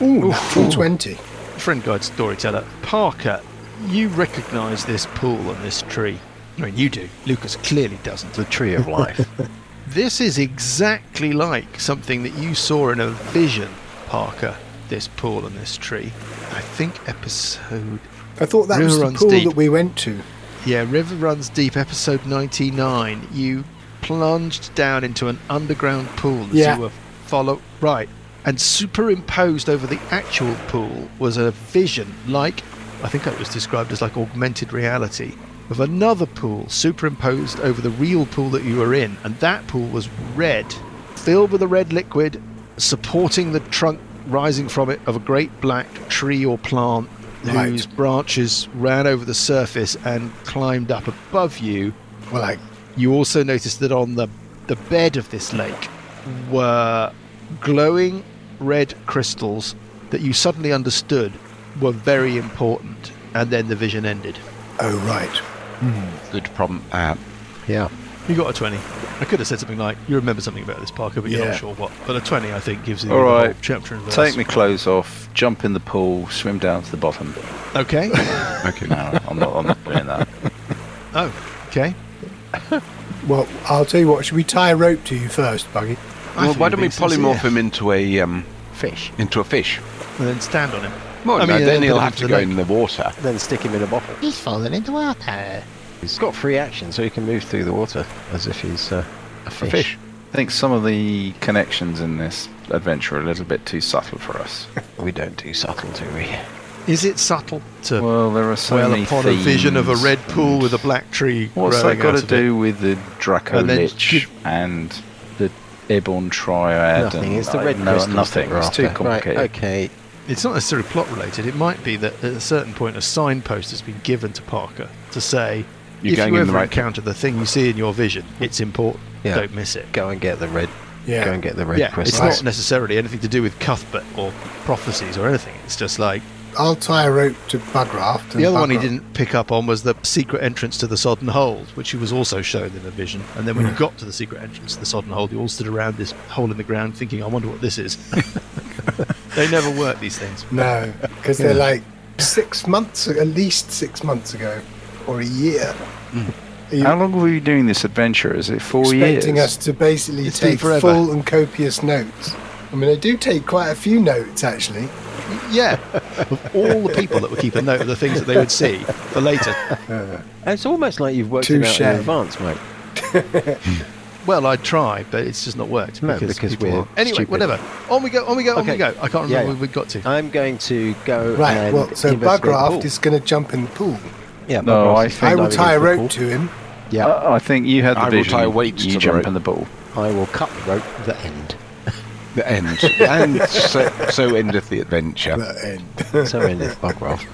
S6: Ooh, natural 20.
S2: friend guide storyteller. Parker, you recognise this pool and this tree. I mean, you do. Lucas clearly doesn't.
S5: The tree of life.
S2: This is exactly like something that you saw in a vision, Parker. This pool and this tree. I think episode.
S6: I thought that
S2: River
S6: was the
S2: runs
S6: pool
S2: deep.
S6: that we went to.
S2: Yeah, River Runs Deep, episode 99. You plunged down into an underground pool as
S6: Yeah.
S2: you were follow right and superimposed over the actual pool was a vision like i think it was described as like augmented reality of another pool superimposed over the real pool that you were in and that pool was red filled with a red liquid supporting the trunk rising from it of a great black tree or plant
S6: Right.
S2: whose branches ran over the surface and climbed up above you
S6: Well, I
S2: you also noticed that on the, the bed of this lake were glowing red crystals that you suddenly understood were very important. And then the vision ended.
S6: oh right.
S9: Good problem. Uh,
S5: yeah.
S2: You got a 20. I could have said something like, you remember something about this, Parker, but you're
S6: Yeah.
S2: not sure what. But a 20, I think, gives you
S3: All
S2: the whole
S3: right.
S2: chapter and verse.
S3: Take my clothes off, jump in the pool, swim down to the bottom.
S2: Okay.
S9: okay.
S3: No, I'm not, I'm not doing that.
S2: oh, okay.
S6: Well, I'll tell you what. Should we tie a rope to you first,
S2: I
S6: Buggy?
S9: Well,
S2: think
S9: why
S2: you're
S9: don't we
S2: being sincere.
S9: polymorph him into a um,
S5: Fish.
S9: into a fish?
S2: And then stand on him.
S9: Well,
S2: I
S9: no,
S2: mean,
S9: then
S2: uh,
S9: he'll
S2: put
S9: have
S2: him
S9: to
S2: the
S9: go
S2: lake.
S9: in the water.
S5: Then stick him in a bottle.
S7: He's falling into water.
S5: He's got free action, so he can move through the water as if he's uh, a fish.
S3: I think some of the connections in this adventure are a little bit too subtle for us.
S5: We don't do subtle, do we?
S2: Is it subtle to
S3: Well, there are so
S2: well
S3: many
S2: upon a vision of a
S3: themes
S2: red pool
S3: and-
S2: with a black tree?
S3: What's that
S2: growing
S3: got
S2: out
S3: to
S2: of it?
S3: do with the Draco
S2: And then
S3: Lich
S2: give-
S3: and the Ebon Triad?
S5: Nothing.
S3: and
S5: It's the
S3: I-
S5: red
S3: no,
S5: crystals
S3: Nothing.
S5: that we're
S3: It's too
S5: after. Right,
S3: complicated.
S5: okay.
S2: It's not necessarily plot related. It might be that at a certain point a signpost has been given to Parker to say,
S9: You're
S2: if
S9: going
S2: you
S9: in
S2: ever
S9: the right-
S2: encounter the thing you see in your vision, it's important.
S5: Yeah.
S2: Don't miss it.
S5: Go and get the red.
S6: Yeah.
S5: Go and get the red
S2: yeah, it's
S5: crystals.
S2: not necessarily anything to do with Cuthbert or prophecies or anything. It's just like
S6: I'll tie a rope to Bugraft. and
S2: the other one he
S6: Bugraft-
S2: didn't pick up on was the secret entrance to the Sodden Hold, which he was also shown in the vision. And then when you got to the secret entrance to the Sodden Hold, you all stood around this hole in the ground thinking, I wonder what this is. they never work, these things.
S6: No, because they're like six months, at least six months ago, or a year. Are you
S3: How long were you doing this adventure? Is it four
S6: expecting
S3: years?
S6: us to basically
S2: It's been
S6: take
S2: forever.
S6: full and copious notes? I mean, I do take quite a few notes actually.
S2: Yeah. of all the people that would keep a note of the things that they would see for later.
S5: It's almost like you've worked it out
S6: Touche.
S5: in advance, mate.
S2: Well, I'd try, but it's just not worked.
S5: No, because
S2: people
S5: we're
S2: are- Anyway,
S5: stupid.
S2: whatever. On we go, on we go, on we
S5: Okay.
S2: go. I can't remember
S5: Yeah, yeah.
S2: where we got to.
S5: I'm going to go
S6: Right.
S5: and
S6: Well, so
S5: investigate the pool.
S6: Bugraft is going to jump in the pool.
S5: Yeah, Bugraft
S3: No, Oh, I
S5: is
S3: think
S6: I will
S5: diving
S6: tie a
S5: into the
S6: rope
S5: pool.
S6: to him.
S5: Yeah,
S3: I, I think you had the
S9: I will
S3: vision.
S9: tie weights
S3: you
S9: to the
S3: jump
S9: rope.
S3: in the ball.
S5: Uh, I will cut the rope at the end.
S9: The end. and so, so endeth the adventure.
S6: That end.
S5: So end this Bugraft.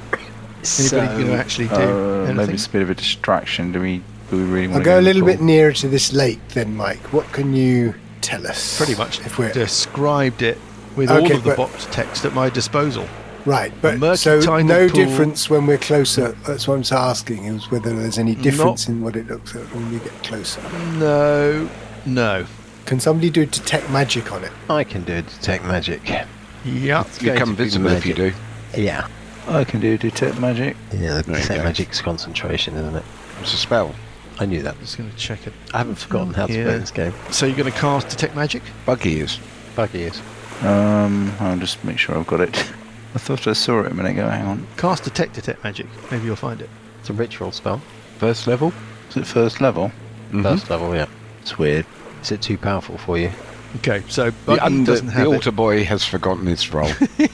S2: Anybody going to actually do
S3: Uh, maybe
S2: anything?
S3: it's a bit of a distraction. Do we Do we really
S6: I'll
S3: want
S6: go a
S3: to
S6: little bit nearer to this lake then, Mike. What can you tell us?
S2: Pretty much
S6: If we're
S2: described it with
S6: Okay,
S2: all of the
S6: but-
S2: box text at my disposal.
S6: right, but so
S2: mercantile
S6: no
S2: pool-
S6: difference when we're closer. That's what I'm asking is whether there's any difference in what it looks like when we get closer.
S2: No, no.
S6: Can somebody do detect magic on it?
S5: I can do a detect magic.
S2: Yeah.
S5: It's
S9: You
S5: going
S9: become
S5: to be
S9: visible if you do.
S5: magic. Yeah.
S3: I can do detect magic.
S5: Yeah, the
S9: There you
S5: detect
S9: go.
S5: magic's concentration, isn't it?
S9: It's a spell.
S5: I knew that.
S2: Just going to check it.
S5: I haven't forgotten how to
S2: Yeah.
S5: play this game.
S2: So you're going to cast detect magic?
S9: Bug ears.
S5: Buggy is.
S3: Um, I'll just make sure I've got it. I thought I saw it a minute ago. Hang on.
S2: Cast detect detect magic. Maybe you'll find it.
S5: It's a ritual spell.
S9: First level.
S3: Is it first level?
S5: First level, yeah.
S3: It's weird.
S5: Is it too powerful for you?
S2: Okay. So
S9: The,
S2: Buggy
S9: under,
S2: doesn't
S9: the
S2: have
S9: altar boy has forgotten his role.
S2: it.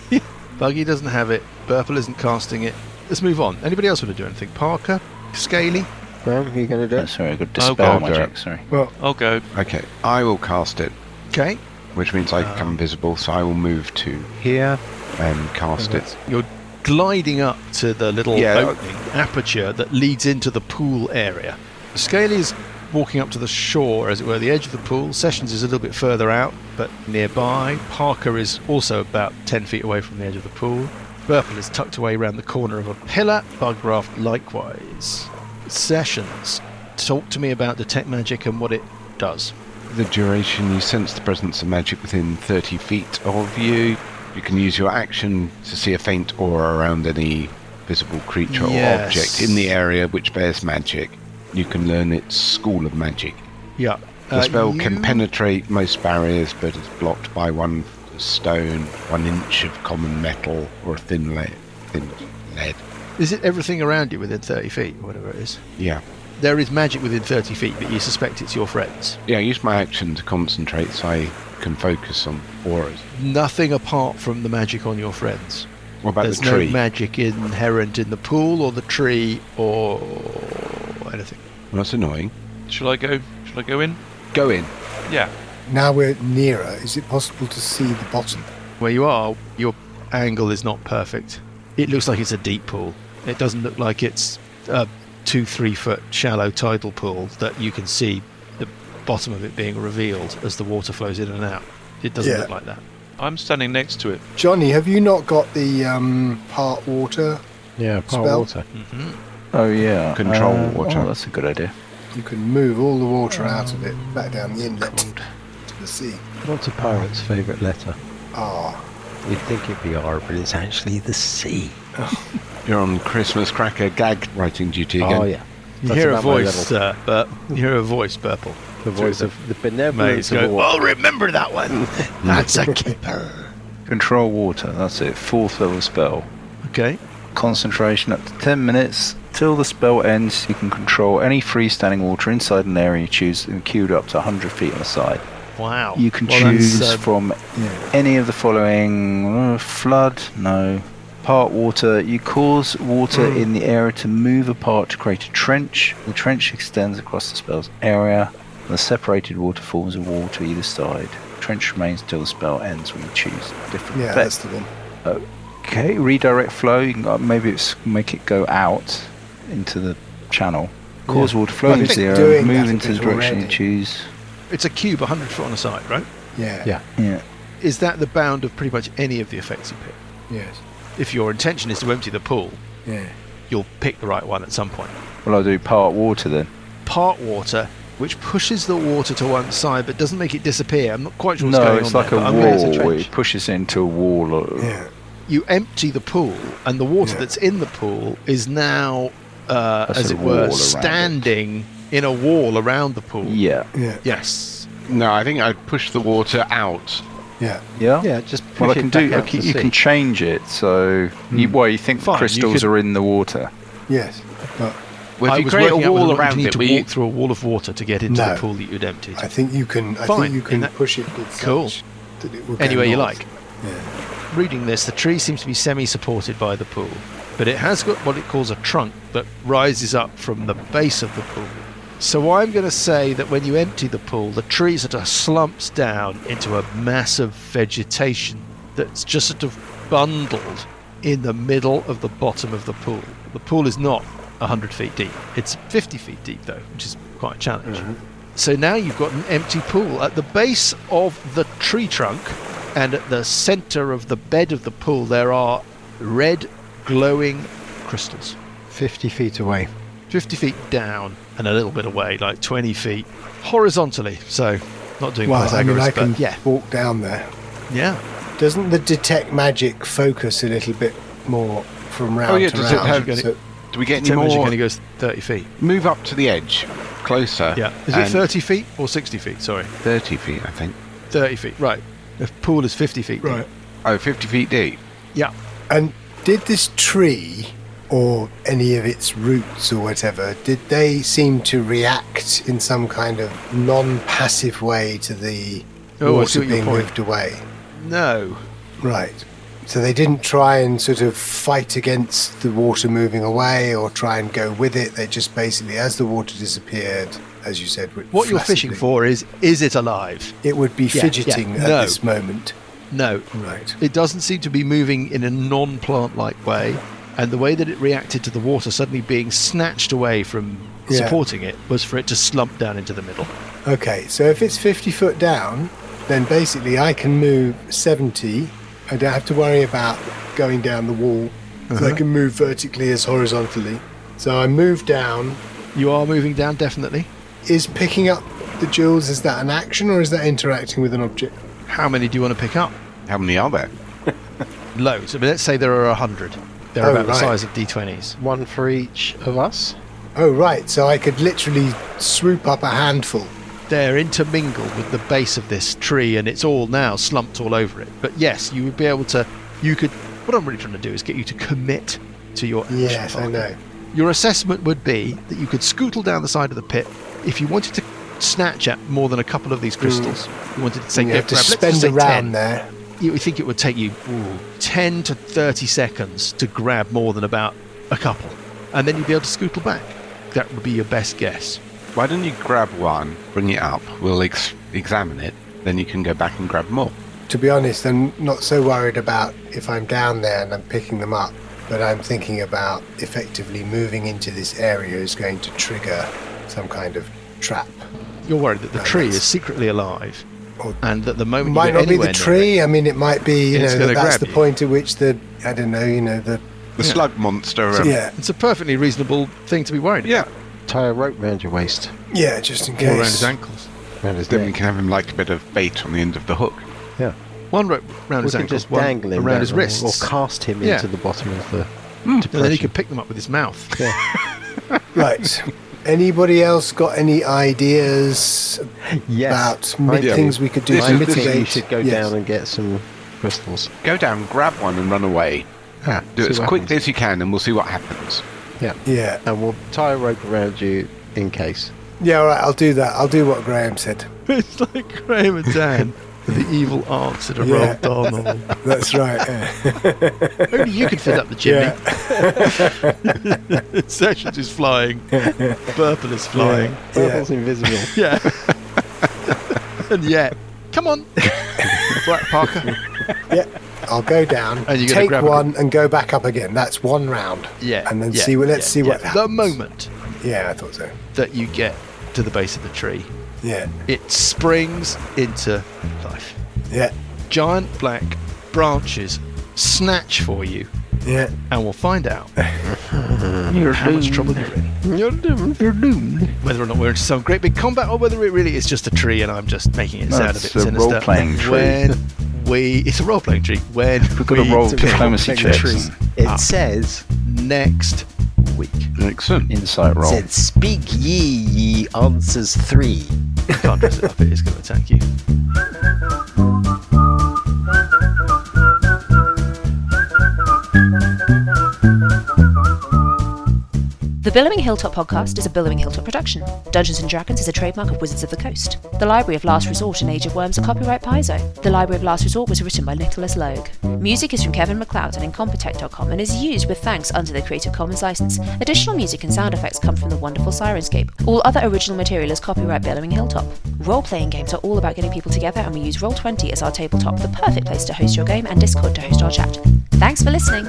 S2: Buggy doesn't have it. Burple isn't casting it. Let's move on. Anybody else want to do anything? Parker, Scaly.
S5: Graham, are you going to do
S3: Oh,
S5: it?
S3: sorry, I got
S8: Oh,
S3: dispel
S8: God,
S3: magic.
S9: Derek.
S3: Sorry.
S6: Well,
S8: I'll go.
S9: okay, I will cast it,
S2: Okay.
S9: which means I become visible, so I will move to here and cast it.
S2: You're gliding up to the little
S9: Yeah.
S2: opening aperture that leads into the pool area. Scaly is walking up to the shore, as it were, the edge of the pool. Sessions is a little bit further out, but nearby. Parker is also about 10 feet away from the edge of the pool. Burple is tucked away around the corner of a pillar. Bugraft likewise. Sessions, talk to me about detect magic and what it does.
S9: The duration you sense the presence of magic within 30 feet of you. You can use your action to see a faint aura around any visible creature or
S2: Yes.
S9: object in the area which bears magic. You can learn its school of magic.
S2: Yeah.
S9: The
S2: uh,
S9: spell can
S2: you-
S9: penetrate most barriers, but is blocked by one stone, one inch of common metal, or a thin lead. Thin lead.
S2: Is it everything around you within 30 feet, or whatever it is?
S9: Yeah.
S2: There is magic within 30 feet, but you suspect it's your friends.
S9: Yeah, I use my action to concentrate so I can focus on auras.
S2: Nothing apart from the magic on your friends.
S9: What about
S2: There's
S9: the tree?
S2: no magic inherent in the pool or the tree or anything.
S9: well, that's annoying.
S8: Shall I go? Shall I go in?
S9: Go in.
S8: Yeah.
S6: now we're nearer. Is it possible to see the bottom?
S2: Where you are, your angle is not perfect. It looks like it's a deep pool. It doesn't look like it's a two, three foot shallow tidal pool that you can see the bottom of it being revealed as the water flows in and out. It doesn't
S6: Yeah.
S2: look like that.
S8: I'm standing next to it.
S6: Johnny, have you not got the um, part water?
S5: Yeah,
S6: Spell.
S5: power water.
S3: Oh yeah.
S9: Control
S3: uh,
S9: water.
S3: Oh, that's a good idea.
S6: You can move all the water out of it
S2: Oh,
S6: back down the inlet to the sea.
S5: What's a pirate's favourite letter?
S6: Ah,
S5: You'd think it'd be R, but it's actually the C.
S9: You're on Christmas cracker gag writing duty again.
S5: Oh, yeah.
S2: You
S5: That's
S2: hear a
S5: about my
S2: voice,
S5: level.
S2: uh, Bur- you hear a voice, Purple.
S5: the voice of the benevolence
S2: Maze go,
S5: of all.
S2: well, remember that one.
S9: Hmm.
S2: That's a keeper.
S3: Control water. That's it. Fourth level spell.
S2: Okay.
S3: Concentration up to 10 minutes. Till the spell ends, you can control any freestanding water inside an area you choose and queued up to 100 feet on the side.
S2: Wow.
S3: You can
S2: Well, that's,
S3: choose
S6: um,
S2: uh,
S3: from any of the following uh, flood, no, part water. You cause water
S6: Hmm.
S3: in the area to move apart to create a trench. The trench extends across the spell's area. The separated water forms a wall to either side. Trench remains till the spell ends when you choose a different
S6: yeah,
S3: effect.
S6: that's the one.
S3: Okay, redirect flow. You can go, maybe it's make it go out into the channel. Cause water flow
S6: Well, I
S3: into the
S6: think
S3: area,
S6: doing
S3: move
S6: that
S3: into
S6: is
S3: the direction you
S6: already-
S3: choose.
S2: It's a cube, 100 foot on a side, right?
S6: Yeah.
S5: Yeah.
S3: Yeah.
S2: Is that the bound of pretty much any of the effects you pick?
S6: Yes.
S2: If your intention is to empty the pool,
S6: Yeah.
S2: you'll pick the right one at some point.
S3: Well, I'll do part water then.
S2: Part water, which pushes the water to one side but doesn't make it disappear. I'm not quite sure what's
S3: no,
S2: going
S3: it's
S2: on
S3: like
S2: there,
S3: a
S2: but I'm gonna- it's
S3: wall.
S2: trench.
S3: It pushes into a wall. Or,
S6: Yeah.
S2: You empty the pool, and the water
S6: Yeah.
S2: that's in the pool is now, uh,
S3: A
S2: as
S3: sort
S2: it
S3: of
S2: were,
S3: wall around it.
S2: standing in a wall around the pool.
S3: yeah.
S6: Yeah.
S2: Yes.
S9: No, I think I'd push the water out.
S6: Yeah.
S3: Yeah.
S5: Yeah, just push
S3: Well, I
S5: it
S3: can
S5: back
S3: do. I
S5: out
S3: can,
S5: to
S3: you
S5: sea.
S3: can change it. So, you,
S9: Hmm.
S3: well, you think
S2: Fine, you
S3: crystals
S2: could-
S3: are in the water?
S6: Yes. But
S9: Well,
S2: I
S9: if you
S2: was
S9: create a
S2: working out whether or
S9: wall
S2: not
S9: around
S2: you need
S9: it,
S2: to
S9: we
S2: walk through a wall of water to get into
S6: No.
S2: the pool that you'd emptied.
S6: I think you can. I
S2: Fine,
S6: think you
S2: in
S6: can
S2: that-
S6: push it. with such
S2: Cool.
S6: That it will go
S2: Any way you
S6: north.
S2: like.
S6: Yeah.
S2: Reading this, the tree seems to be semi-supported by the pool, but it has got what it calls a trunk that rises up from the base of the pool. So I'm going to say that when you empty the pool, the tree sort of slumps down into a mass of vegetation that's just sort of bundled in the middle of the bottom of the pool. The pool is not 100 feet deep. It's 50 feet deep, though, which is quite a challenge.
S9: Mm-hmm.
S2: So now you've got an empty pool. At the base of the tree trunk and at the center of the bed of the pool, there are red glowing crystals.
S5: 50 feet away.
S2: 50 feet down and a little bit away, like 20 feet horizontally. So, not doing
S6: Well, I
S2: Pythagoras,
S6: mean, I
S2: but
S6: can
S2: yeah,
S6: walk down there.
S2: yeah.
S6: Doesn't the detect magic focus a little bit more from round
S9: Oh, yeah,
S6: to
S9: does it
S6: round?
S9: have-
S6: So-
S9: Do we get any
S2: Temperature
S9: more?
S2: only goes 30 feet.
S9: Move up to the edge, closer.
S2: Yeah. Is it
S9: and
S2: 30 feet or 60 feet? Sorry.
S9: 30 feet, I think.
S2: 30 feet, right. The pool is 50 feet. deep.
S6: right.
S9: Oh, 50 feet deep.
S2: Yeah.
S6: And did this tree or any of its roots or whatever, did they seem to react in some kind of non-passive way to the
S2: Oh, I see
S6: water
S2: what your
S6: being
S2: point.
S6: moved away?
S2: No.
S6: Right. So they didn't try and sort of fight against the water moving away or try and go with it. They just basically, as the water disappeared, as you said, with
S2: What you're fishing
S6: flaccidly,
S2: for is is it alive?
S6: it would be
S2: yeah,
S6: fidgeting at
S2: no.
S6: this moment.
S2: No.
S6: Right.
S2: It doesn't seem to be moving in a non plant like way. And the way that it reacted to the water suddenly being snatched away from
S6: Yeah.
S2: supporting it was for it to slump down into the middle.
S6: Okay, so if it's 50 foot down, then basically I can move 70. I don't have to worry about going down the wall.
S2: Uh-huh.
S6: I can move vertically as horizontally. So I move down.
S2: You are moving down, definitely.
S6: Is picking up the jewels, is that an action or is that interacting with an object?
S2: How many do you want to pick up?
S9: How many are there?
S2: Loads. I mean, let's say there are 100. They're
S6: Oh,
S2: about the
S6: right.
S2: size of D20s.
S5: One for each of us.
S6: Oh, right, so I could literally swoop up a handful.
S2: They're intermingled with the base of this tree and it's all now slumped all over it. But yes, you would be able to. You could. What I'm really trying to do is get you to commit to your action.
S6: Yes, I
S2: Parker.
S6: know.
S2: Your assessment would be that you could scootle down the side of the pit if you wanted to snatch at more than a couple of these crystals. You wanted to say,
S6: You
S2: go
S6: have Hmm. to
S2: grab, let's just
S6: spend
S2: say
S6: around
S2: 10.
S6: there.
S2: You would think it would take you ooh, 10 to 30 seconds to grab more than about a couple. And then you'd be able to scootle back. That would be your best guess.
S9: Why don't you grab one, bring it up, we'll ex- examine it, then you can go back and grab more.
S6: To be honest, I'm not so worried about if I'm down there and I'm picking them up, but I'm thinking about effectively moving into this area is going to trigger some kind of trap.
S2: You're worried that the
S6: No,
S2: tree
S6: that's-
S2: is secretly alive.
S6: Or-
S2: And that the
S6: It
S2: moment
S6: might
S2: you get
S6: not be
S2: anywhere
S6: the
S2: near
S6: tree.
S2: it-
S6: I mean, it might be, you
S2: It's
S6: know,
S2: gonna
S6: that that's
S2: grab
S6: the
S2: you.
S6: point at which the, I don't know, you know, the,
S9: The slug monster. um,
S6: yeah,
S2: it's a perfectly reasonable thing to be worried
S9: Yeah.
S5: Tie a rope round your waist.
S6: yeah, just in
S2: about. All around his
S6: case.
S2: ankles.
S5: Round his
S9: Then we
S5: neck.
S9: can have him like a bit of bait on the end of the hook.
S2: One rope round
S5: We
S2: his
S5: can
S2: ankles,
S5: just
S2: one
S5: dangle him
S2: around
S5: down
S2: his
S5: or-
S2: wrists.
S5: Or cast him
S2: Yeah.
S5: into the bottom of the
S2: And then he
S5: depression.
S2: could pick them up with his mouth.
S6: Right. Anybody else got any ideas
S5: Yes.
S6: about
S5: I
S6: mi-
S9: do.
S6: things we could do
S9: This
S6: to
S9: is- this is-
S6: mitigate?
S5: You should go
S6: Yes.
S5: down and get some crystals.
S9: Go down, grab one, and run away.
S5: Ah,
S9: Do it as quickly as you can, and we'll see what happens.
S5: Yeah.
S6: Yeah.
S5: And we'll tie a rope around you in case.
S6: Yeah, all right, I'll do that. I'll do what Graham said.
S2: it's like Graham and Dan with the evil arts that are
S6: Yeah.
S2: rolled down on them.
S6: That's right. yeah.
S2: Only you could fit up the chimney. Sessions is flying. Purple is flying.
S5: Purple's invisible.
S2: Yeah. and yet, come on. right, Parker.
S6: Yeah, I'll go down,
S2: And you gotta
S6: take
S2: grab a-
S6: one, and go back up again. That's one round.
S2: Yeah.
S6: and then
S2: yeah,
S6: see. What, let's
S2: yeah,
S6: see what
S2: yeah.
S6: happens.
S2: The moment
S6: Yeah, I thought so.
S2: that you get to the base of the tree,
S6: Yeah,
S2: it springs into life.
S6: yeah,
S2: Giant black branches snatch for you,
S6: yeah.
S2: and we'll find out
S7: You're
S2: how much trouble you're in.
S5: You're doomed.
S7: You're doomed.
S2: whether or not we're into some great big combat or whether it really is just a tree and I'm just making it sound a
S3: it's
S2: bit
S3: a
S2: sinister.
S3: role-playing tree.
S2: When we, it's a role playing tree. When
S3: We've got to
S2: we
S3: roll
S2: do
S3: diplomacy
S2: the
S3: checks.
S2: tree
S5: It
S2: up
S5: says,
S2: next week.
S9: Excellent.
S3: Insight roll.
S10: Said, speak ye, ye answers three.
S2: I can't dress it up. It is going to attack you.
S11: The Billowing Hilltop podcast is a Billowing Hilltop production. Dungeons and Dragons is a trademark of Wizards of the Coast. The Library of Last Resort and Age of Worms are copyright Paizo. The Library of Last Resort was written by Nicholas Logue. Music is from Kevin MacLeod and Incompetech.com and is used with thanks under the Creative Commons license. Additional music and sound effects come from the wonderful Sirenscape. All other original material is copyright Billowing Hilltop. Role playing games are all about getting people together, and we use Roll20 as our tabletop, the perfect place to host your game, and Discord to host our chat. Thanks for listening.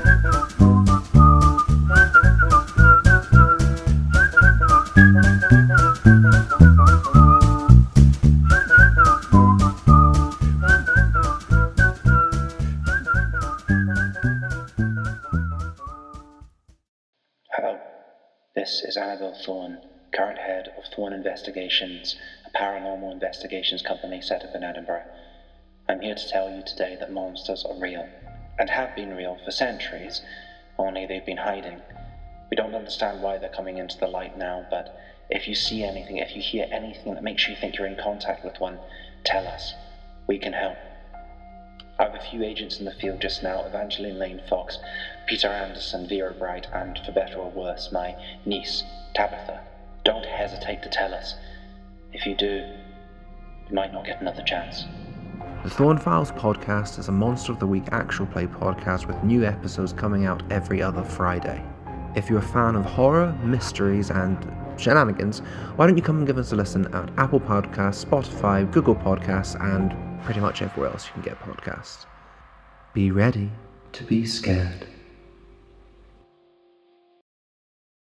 S12: This is Annabel Thorne, current head of Thorne Investigations, a paranormal investigations company set up in Edinburgh. I'm here to tell you today that monsters are real, and have been real for centuries, only they've been hiding. We don't understand why they're coming into the light now, but if you see anything, if you hear anything that makes you think you're in contact with one, tell us. We can help. I have a few agents in the field just now Evangeline Lane Fox, Peter Anderson, Vera Bright, and for better or worse, my niece, Tabitha. Don't hesitate to tell us. If you do, you might not get another chance.
S13: The Thorn Files podcast is a Monster of the Week actual play podcast with new episodes coming out every other Friday. If you're a fan of horror, mysteries, and shenanigans, why don't you come and give us a listen at Apple Podcasts, Spotify, Google Podcasts, and pretty much everywhere else you can get podcasts. Be ready to be scared.